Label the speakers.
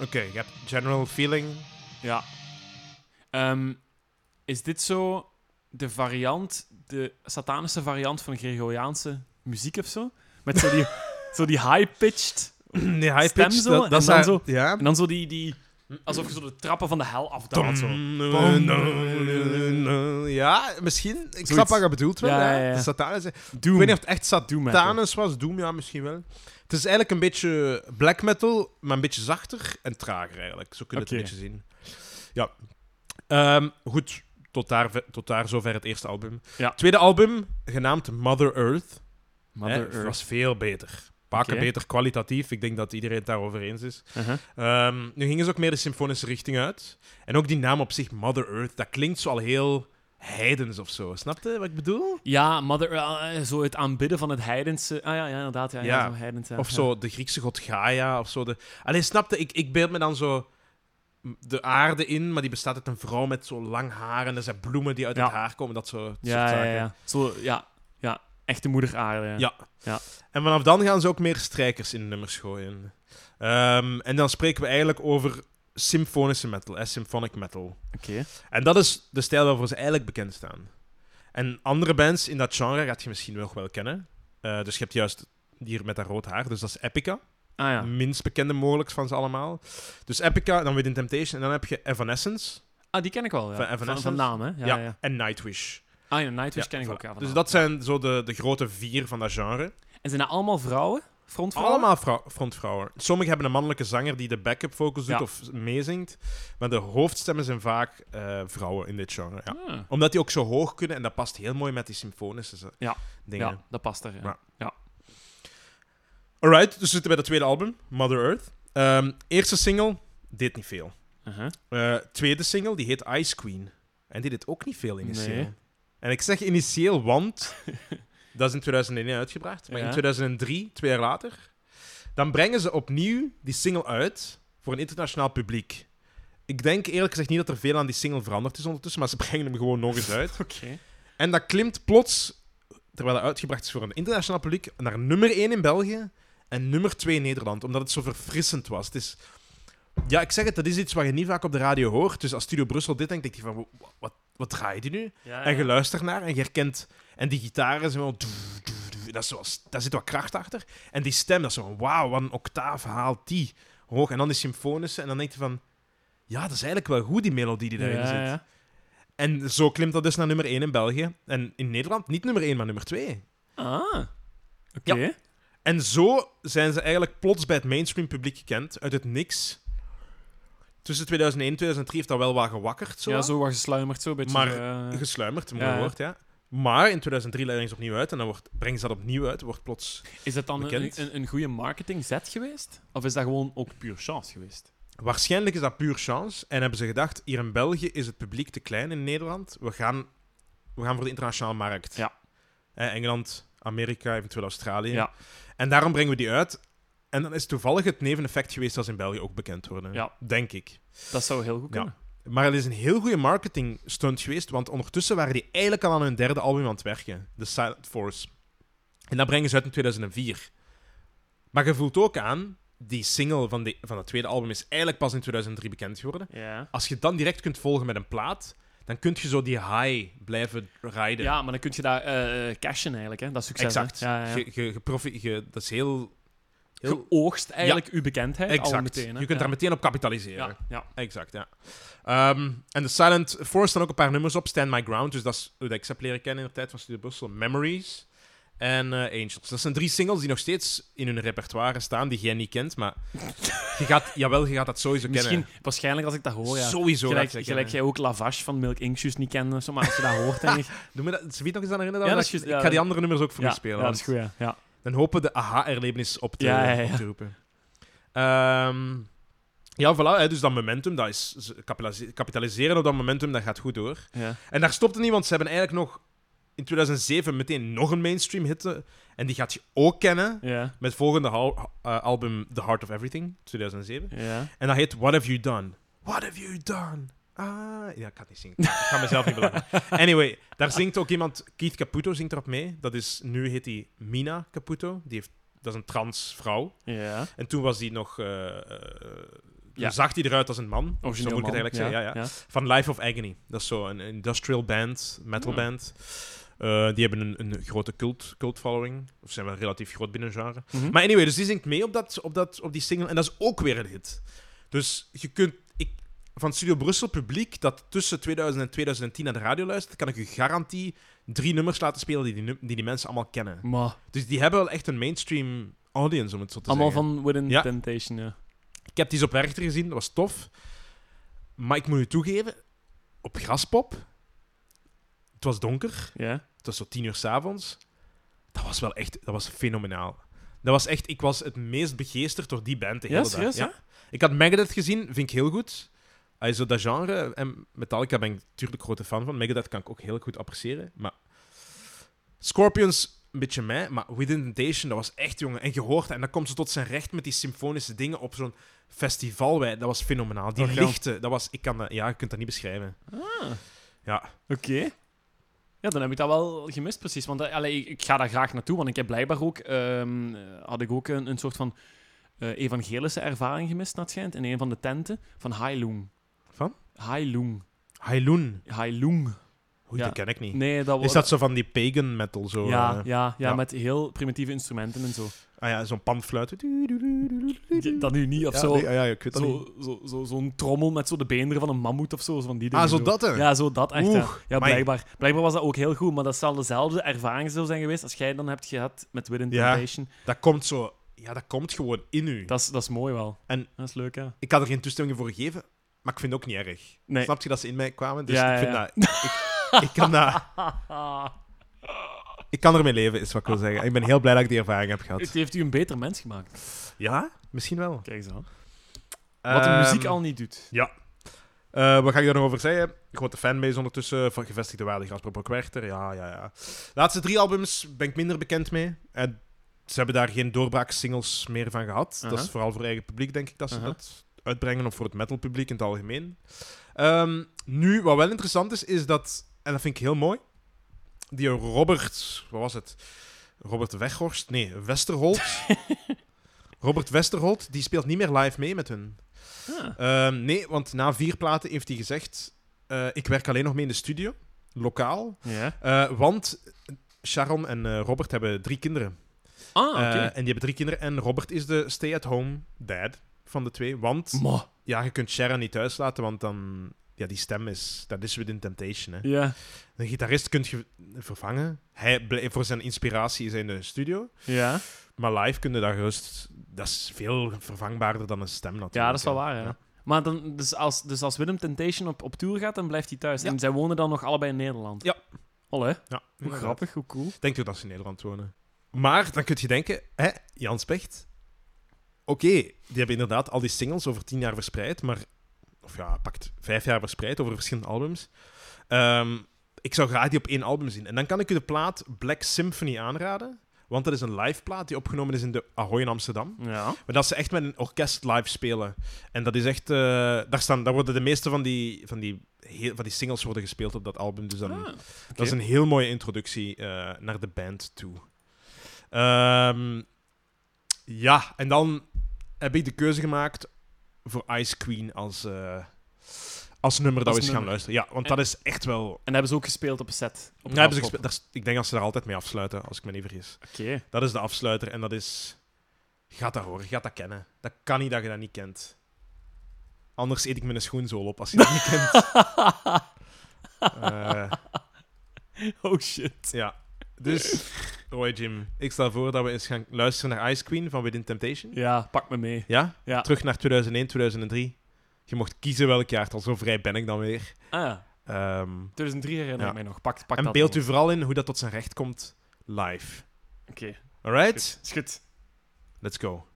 Speaker 1: Oké, je hebt general feeling.
Speaker 2: Ja. Ehm, is dit zo de variant, de satanische variant van Gregoriaanse muziek of zo? Met zo die, zo die high-pitched.
Speaker 1: Die high
Speaker 2: Stem
Speaker 1: pitch,
Speaker 2: zo,
Speaker 1: dat,
Speaker 2: en
Speaker 1: dat is
Speaker 2: dan
Speaker 1: haar-
Speaker 2: zo.
Speaker 1: Ja.
Speaker 2: En dan zo die. die alsof je zo de trappen van de hel afdaalt. Zo.
Speaker 1: Ja, misschien. Ik snap
Speaker 2: Zoiets.
Speaker 1: wat je bedoelt wel.
Speaker 2: Ja,
Speaker 1: Ja,
Speaker 2: ja, ja.
Speaker 1: De Satanis. Ik
Speaker 2: Doom.
Speaker 1: weet niet of het echt
Speaker 2: Doom metal.
Speaker 1: Satanus was. Doom, ja, misschien wel. Het is eigenlijk een beetje black metal, maar een beetje zachter en trager eigenlijk. Zo kun je
Speaker 2: Oké.
Speaker 1: het een beetje zien. Ja. Ehm, goed, tot daar, ve- tot daar zover het eerste album.
Speaker 2: Ja.
Speaker 1: Tweede album, genaamd Mother Earth,
Speaker 2: Mother
Speaker 1: hè,
Speaker 2: Earth.
Speaker 1: was veel beter. Pakken
Speaker 2: Oké.
Speaker 1: beter kwalitatief. Ik denk dat iedereen het daarover eens is.
Speaker 2: Uh-huh.
Speaker 1: Ehm, nu gingen ze ook meer de symfonische richting uit. En ook die naam op zich, Mother Earth, dat klinkt zo al heel heidens of zo. Snap je wat ik bedoel?
Speaker 2: Ja, Mother Earth. eh, zo het aanbidden van het heidense. Ah ja, ja inderdaad. Ja, ja.
Speaker 1: Ja.
Speaker 2: zo heidens, ja.
Speaker 1: Of
Speaker 2: Ja.
Speaker 1: zo de Griekse god Gaia of zo. De... Alleen snapte, ik, ik beeld me dan zo de aarde in, maar die bestaat uit een vrouw met zo lang haar en er zijn bloemen die uit
Speaker 2: Ja.
Speaker 1: het haar komen, dat soort, soort
Speaker 2: Ja, ja,
Speaker 1: zaken.
Speaker 2: ja, ja. Zo, ja, ja. Echte moeder aarde. Ja.
Speaker 1: Ja. En vanaf dan gaan ze ook meer strijkers in de nummers gooien. Ehm, en dan spreken we eigenlijk over symfonische metal, hè, symphonic metal.
Speaker 2: Oké.
Speaker 1: En dat is de stijl waarvoor ze eigenlijk bekend staan. En andere bands in dat genre gaat je misschien nog wel kennen. Eh, dus je hebt juist hier met dat rood haar, dus dat is Epica.
Speaker 2: Ah ja.
Speaker 1: Minst bekende mogelijk van ze allemaal. Dus Epica, dan Within Temptation. En dan heb je Evanescence
Speaker 2: Ah, die ken ik wel. Ja.
Speaker 1: Van
Speaker 2: Van, van,
Speaker 1: Evanescence?
Speaker 2: naam, hè? Ja,
Speaker 1: ja,
Speaker 2: ja.
Speaker 1: en Nightwish.
Speaker 2: Ah ja, Nightwish
Speaker 1: Ja,
Speaker 2: ken ik
Speaker 1: voilà.
Speaker 2: ook. Ja, van
Speaker 1: Dus
Speaker 2: naam.
Speaker 1: dat zijn zo de, de grote vier van dat genre.
Speaker 2: En zijn dat allemaal vrouwen? Frontvrouwen?
Speaker 1: Allemaal vrou- frontvrouwen. Sommigen hebben een mannelijke zanger die de backup vocals doet
Speaker 2: Ja.
Speaker 1: of meezingt. Maar de hoofdstemmen zijn vaak eh, vrouwen in dit genre. Ja.
Speaker 2: Ah.
Speaker 1: Omdat die ook zo hoog kunnen en dat past heel mooi met die symfonische z-
Speaker 2: Ja.
Speaker 1: dingen.
Speaker 2: Ja, dat past er. Ja.
Speaker 1: Ja. Alright, dus we zitten bij dat tweede album, Mother Earth. Ehm, eerste single deed niet veel.
Speaker 2: Uh-huh.
Speaker 1: Eh, tweede single, die heet Ice Queen. En die deed ook niet veel initieel.
Speaker 2: Nee.
Speaker 1: En ik zeg initieel, want dat is in 2001 uitgebracht. Maar
Speaker 2: Ja.
Speaker 1: in 2003, twee jaar later, dan brengen ze opnieuw die single uit voor een internationaal publiek. Ik denk eerlijk gezegd niet dat er veel aan die single veranderd is ondertussen, maar ze brengen hem gewoon nog eens uit.
Speaker 2: Oké.
Speaker 1: En dat klimt plots, terwijl het uitgebracht is voor een internationaal publiek, naar nummer 1 in België en nummer 2 in Nederland. Omdat het zo verfrissend was. Het is... Ja, ik zeg het, dat is iets wat je niet vaak op de radio hoort. Dus als Studio Brussel dit denkt, denk je van, wa- wa- wat, wat draai je nu?
Speaker 2: Ah, Ja,
Speaker 1: En je
Speaker 2: ja.
Speaker 1: luistert naar en je herkent... En die gitaren zijn wel... doe, doe, doe. Dat is zoals, daar zit wat kracht achter. En die stem, dat is zo... Wauw, wat een octaaf haalt die hoog. En dan die symfonische. En dan denk je van... Ja, dat is eigenlijk wel goed, die melodie die daarin
Speaker 2: Ja,
Speaker 1: zit.
Speaker 2: ja, ja.
Speaker 1: En zo klimt dat dus naar nummer 1 in België. En in Nederland niet nummer 1, maar nummer 2.
Speaker 2: Ah. Oké.
Speaker 1: En zo zijn ze eigenlijk plots bij het mainstream publiek gekend, uit het niks. Tussen 2001 en 2003 heeft dat wel wat gewakkerd, zo,
Speaker 2: Ja, zo was gesluimerd, zo een beetje.
Speaker 1: Maar-
Speaker 2: eh,
Speaker 1: gesluimerd, mooi
Speaker 2: Ja, ja.
Speaker 1: woord, ja. Maar in 2003 leiden ze opnieuw uit en dan wordt, brengen ze dat opnieuw uit. Wordt plots...
Speaker 2: is dat dan een,
Speaker 1: bekend.
Speaker 2: een, een goede marketingzet geweest? Of is dat gewoon ook puur chance geweest?
Speaker 1: Waarschijnlijk is dat puur chance. En hebben ze gedacht, hier in België is het publiek te klein in Nederland. We gaan, we gaan voor de internationale markt.
Speaker 2: Ja.
Speaker 1: Eh, Engeland, Amerika, eventueel Australië.
Speaker 2: Ja.
Speaker 1: En daarom brengen we die uit. En dan is toevallig het neveneffect geweest dat ze in België ook bekend worden.
Speaker 2: Ja.
Speaker 1: Denk ik.
Speaker 2: Dat zou heel goed
Speaker 1: Ja.
Speaker 2: kunnen.
Speaker 1: Maar het is een heel goede marketing stunt geweest, want ondertussen waren die eigenlijk al aan hun derde album aan het werken. The Silent Force. En dat brengen ze uit in 2004. Maar je voelt ook aan, die single van, de, van het tweede album is eigenlijk pas in 2003 bekend geworden.
Speaker 2: Ja.
Speaker 1: Als je dan direct kunt volgen met een plaat, dan kun je zo die high blijven rijden.
Speaker 2: Ja, maar dan kun je daar eh, eh, cashen eigenlijk, hè? Dat is succes. hè?
Speaker 1: exact.
Speaker 2: Ja, ja, ja.
Speaker 1: Je, je, je profi- je- dat is heel... heel
Speaker 2: Je oogst eigenlijk uw bekendheid al
Speaker 1: exact.
Speaker 2: meteen. Hè?
Speaker 1: je kunt daar meteen eh, op kapitaliseren.
Speaker 2: ja. Ja, ja.
Speaker 1: Exact, ja. Ehm, en de Silent Force staan ook een paar nummers op. Stand My Ground, dus dat is hoe dat ik ze heb leren kennen in de tijd van Studio Brussel. Memories en eh, Angels. Dat zijn drie singles die nog steeds in hun repertoire staan, die jij niet kent, maar je gaat, jawel, je gaat dat sowieso
Speaker 2: Misschien,
Speaker 1: kennen.
Speaker 2: waarschijnlijk als ik dat hoor, ja.
Speaker 1: Sowieso
Speaker 2: Gelijk,
Speaker 1: gaat je
Speaker 2: gelijk jij ook Lavage van Milk Ink Juice niet kende, of zo, maar als je dat hoort, denk ik...
Speaker 1: Doe me dat, ze weet nog eens aan herinneren.
Speaker 2: Ja,
Speaker 1: dat
Speaker 2: dat
Speaker 1: ik-
Speaker 2: is juist-
Speaker 1: ik
Speaker 2: ja,
Speaker 1: ga die
Speaker 2: dat-
Speaker 1: andere nummers ook voor
Speaker 2: ja,
Speaker 1: je spelen.
Speaker 2: ja, dat is
Speaker 1: want
Speaker 2: goed, ja. ja.
Speaker 1: Dan hopen we de aha-erlevenis op, te-
Speaker 2: Ja, ja, ja.
Speaker 1: op te roepen. Ehm, ja, voilà. hè, Dus dat momentum, dat is ze kapitalise- kapitaliseren op dat momentum, dat gaat goed door.
Speaker 2: ja.
Speaker 1: En daar stopt het niet, want ze hebben eigenlijk nog in 2007 meteen nog een mainstream hitte. En die gaat je ook kennen
Speaker 2: Ja,
Speaker 1: met het volgende hal- eh, album The Heart of Everything, 2007.
Speaker 2: ja.
Speaker 1: En dat heet What Have You Done? What Have You Done? Ah, ja, ik kan het niet zingen. Ik ga mezelf niet beloven. Anyway, daar zingt ook iemand, Keith Caputo zingt erop mee. Dat is, nu heet hij Mina Caputo. Die heeft, dat is een trans vrouw.
Speaker 2: ja.
Speaker 1: En toen was die nog eh, eh,
Speaker 2: Ja.
Speaker 1: zag hij eruit als een man.
Speaker 2: Origineel
Speaker 1: zo moet ik het
Speaker 2: man,
Speaker 1: eigenlijk zeggen. Ja, ja. Van Life of Agony. Dat is zo een een industrial band, metal
Speaker 2: Ja.
Speaker 1: band. Eh, die hebben een, een grote cult, cult following. Of zijn wel relatief groot binnen genre.
Speaker 2: Mhm.
Speaker 1: Maar anyway, dus die zingt mee op, dat, op, dat, op die single. En dat is ook weer een hit. Dus je kunt... Ik, van Studio Brussel publiek dat tussen 2000 en 2010 naar de radio luistert, kan ik u garantie drie nummers laten spelen die die, nu- die, die mensen allemaal kennen.
Speaker 2: Maar
Speaker 1: Dus die hebben wel echt een mainstream audience, om het zo te
Speaker 2: allemaal
Speaker 1: zeggen.
Speaker 2: van Within
Speaker 1: Ja.
Speaker 2: Temptation, ja.
Speaker 1: Ik heb die eens op Werchter gezien, dat was tof. Maar ik moet u toegeven, op Graspop, het was donker,
Speaker 2: Ja?
Speaker 1: het was zo tien uur s'avonds. Dat was wel echt, dat was fenomenaal. Dat was echt, ik was het meest begeesterd door die band de
Speaker 2: Ja,
Speaker 1: hele dag.
Speaker 2: serieus,
Speaker 1: Ik had Megadeth gezien, vind ik heel goed. Allee, zo dat genre, en Metallica ben ik natuurlijk grote fan van. Megadeth kan ik ook heel goed appreciëren, maar... Scorpions, een beetje mij, maar Within Temptation, dat was echt, jongen. En gehoord, en dan komt ze tot zijn recht met die symfonische dingen op zo'n festival. wij. Dat was fenomenaal. Die
Speaker 2: Oh, ja.
Speaker 1: lichten, dat was... Ik kan dat... Ja, je kunt dat niet beschrijven.
Speaker 2: Ah.
Speaker 1: Ja.
Speaker 2: Oké. Ja, dan heb ik dat wel gemist, precies. Want eh, allee, ik, ik ga daar graag naartoe, want ik heb blijkbaar ook... ehm, eh, had ik ook een, een soort van eh, evangelische ervaring gemist, naar het schijnt, in een van de tenten van Heilung.
Speaker 1: Van?
Speaker 2: Heilung.
Speaker 1: Hailoon.
Speaker 2: Heilung.
Speaker 1: Hoe,
Speaker 2: Ja.
Speaker 1: dat ken ik niet.
Speaker 2: Nee, dat was...
Speaker 1: Is dat zo van die pagan metal? Zo,
Speaker 2: ja, ja,
Speaker 1: eh?
Speaker 2: ja,
Speaker 1: ja.
Speaker 2: met heel primitieve instrumenten en zo.
Speaker 1: Ah ja, zo'n panfluit.
Speaker 2: Ja, Dat nu niet, of
Speaker 1: Ja,
Speaker 2: zo.
Speaker 1: nee, ah ja, ik weet dat niet.
Speaker 2: zo, zo, zo, zo'n trommel met zo de beenderen van een mammoet of zo. zo van die
Speaker 1: Ah,
Speaker 2: dingen
Speaker 1: zo dat, hè?
Speaker 2: Ja, zo dat echt. ja.
Speaker 1: Oeh,
Speaker 2: ja,
Speaker 1: amai.
Speaker 2: blijkbaar. Blijkbaar was dat ook heel goed, maar dat zal dezelfde ervaring zo zijn geweest als jij dan hebt gehad met Within
Speaker 1: Ja.
Speaker 2: Temptation.
Speaker 1: Dat komt zo... Ja, dat komt gewoon in u.
Speaker 2: Dat is, dat is mooi wel.
Speaker 1: En-
Speaker 2: dat is leuk, hè?
Speaker 1: Ik had er geen toestemming voor gegeven, maar ik vind het ook niet erg.
Speaker 2: Nee.
Speaker 1: Snap je dat ze in mij kwamen? Dus
Speaker 2: Ja,
Speaker 1: ik vind
Speaker 2: ja,
Speaker 1: dat... Ik, ik, kan dat,
Speaker 2: Ah.
Speaker 1: ik kan ermee leven, is wat ik wil zeggen. Ik ben heel blij dat ik die ervaring heb
Speaker 2: Het
Speaker 1: gehad.
Speaker 2: heeft u een beter mens gemaakt.
Speaker 1: Ja, misschien wel.
Speaker 2: Kijk eens aan. Wat de
Speaker 1: Ehm,
Speaker 2: muziek al niet doet.
Speaker 1: eh, wat ga ik daar nog over zeggen? Grote fanbase ondertussen, van gevestigde waarde, Grasper Werchter. Ja, ja, ja. De laatste drie albums ben ik minder bekend mee. En ze hebben daar geen doorbraaksingles meer van gehad. Dat is
Speaker 2: Aha.
Speaker 1: vooral voor eigen publiek, denk ik, dat ze
Speaker 2: Aha.
Speaker 1: dat uitbrengen. Of voor het metalpubliek in het algemeen. Ehm, nu, wat wel interessant is, is dat... En dat vind ik heel mooi. Die Robert... Wat was het? Robert Weghorst? Nee, Westerholt. Robert Westerholt, die speelt niet meer live mee met hun.
Speaker 2: Ah.
Speaker 1: Ehm, nee, want na vier platen heeft hij gezegd: eh, Ik werk alleen nog mee in de studio, lokaal.
Speaker 2: Ja.
Speaker 1: Eh, want Sharon en eh, Robert hebben drie kinderen.
Speaker 2: Ah, oké.
Speaker 1: Eh, en die hebben drie kinderen. En Robert is de stay-at-home dad van de twee. Want
Speaker 2: Ma.
Speaker 1: ja, je kunt Sharon niet thuis laten, want dan. Ja, die stem is. Dat is Within Temptation. Hè.
Speaker 2: Ja,
Speaker 1: Een gitarist kunt je vervangen. Hij blijft voor zijn inspiratie is hij in de studio.
Speaker 2: ja.
Speaker 1: Maar live kun je dat gerust. Dat is veel vervangbaarder dan een stem natuurlijk.
Speaker 2: ja, dat is wel
Speaker 1: hè.
Speaker 2: waar, ja.
Speaker 1: Ja.
Speaker 2: Maar dan, dus, als, dus als Willem Temptation op, op tour gaat, dan blijft hij thuis.
Speaker 1: Ja.
Speaker 2: En zij wonen dan nog allebei in Nederland.
Speaker 1: Ja.
Speaker 2: Allee,
Speaker 1: Ja,
Speaker 2: hoe
Speaker 1: inderdaad.
Speaker 2: grappig, hoe cool.
Speaker 1: Ik denk ook dat ze in Nederland wonen. Maar dan kun je denken, hè, Jans Pecht. Oké, die hebben inderdaad al die singles over tien jaar verspreid, maar. Of ja, pakt vijf jaar verspreid over verschillende albums. Ehm, ik zou graag die op één album zien. En dan kan ik u de plaat Black Symphony aanraden. Want dat is een live plaat die opgenomen is in de Ahoy in Amsterdam.
Speaker 2: Ja.
Speaker 1: Maar dat ze echt met een orkest live spelen. En dat is echt. eh, daar, staan, daar worden de meeste van die, van, die, heel- van die singles worden gespeeld op dat album. Dus dan,
Speaker 2: Ah.
Speaker 1: dat is een heel mooie introductie eh, naar de band toe. Ehm, ja, en dan heb ik de keuze gemaakt voor Ice Queen als, eh, als nummer dat
Speaker 2: Als
Speaker 1: we eens gaan
Speaker 2: nummer.
Speaker 1: luisteren. Ja, want
Speaker 2: En-
Speaker 1: dat is echt wel...
Speaker 2: En hebben ze ook gespeeld op een set. Op
Speaker 1: Ja, hebben ze
Speaker 2: een laptop.
Speaker 1: gespe- daar is- ik denk dat ze daar altijd mee afsluiten, als ik me niet vergis.
Speaker 2: Oké.
Speaker 1: Dat is de afsluiter en dat is... Gaat dat horen, gaat dat kennen. Dat kan niet dat je dat niet kent. Anders eet ik mijn schoenzool op als je dat niet kent. Eh,
Speaker 2: Oh shit.
Speaker 1: Ja. Dus, Roy Jim, ik stel voor dat we eens gaan luisteren naar Ice Queen van Within Temptation.
Speaker 2: Ja, pak me mee.
Speaker 1: Ja?
Speaker 2: Ja.
Speaker 1: Terug naar 2001, 2003. Je mocht kiezen welk jaartal, zo vrij ben ik dan weer.
Speaker 2: Ah, ja.
Speaker 1: Ehm,
Speaker 2: 2003 herinner ik
Speaker 1: Ja.
Speaker 2: mij nog. Pak, pak
Speaker 1: en
Speaker 2: dat
Speaker 1: beeld u
Speaker 2: nog.
Speaker 1: vooral in hoe dat tot zijn recht komt live.
Speaker 2: Oké,
Speaker 1: Alright?
Speaker 2: is goed.
Speaker 1: Let's go.